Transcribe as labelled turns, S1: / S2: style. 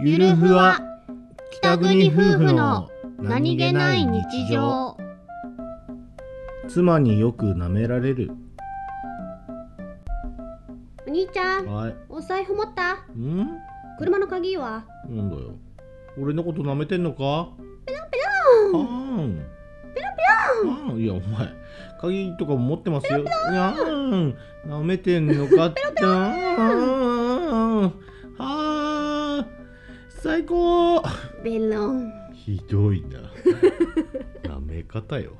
S1: ゆるふわ北国夫婦の何気ない日常
S2: 妻によく舐められる
S1: お兄ちゃん
S2: はい
S1: お財布持った
S2: ん
S1: 車の鍵は
S2: なんだよ俺のこと舐めてんのかペロンペロンペロンペロンいやお前鍵とかも持ってますよあん舐めてんのかってあんはあ最高
S1: ベロン
S2: ひどいな舐め方よ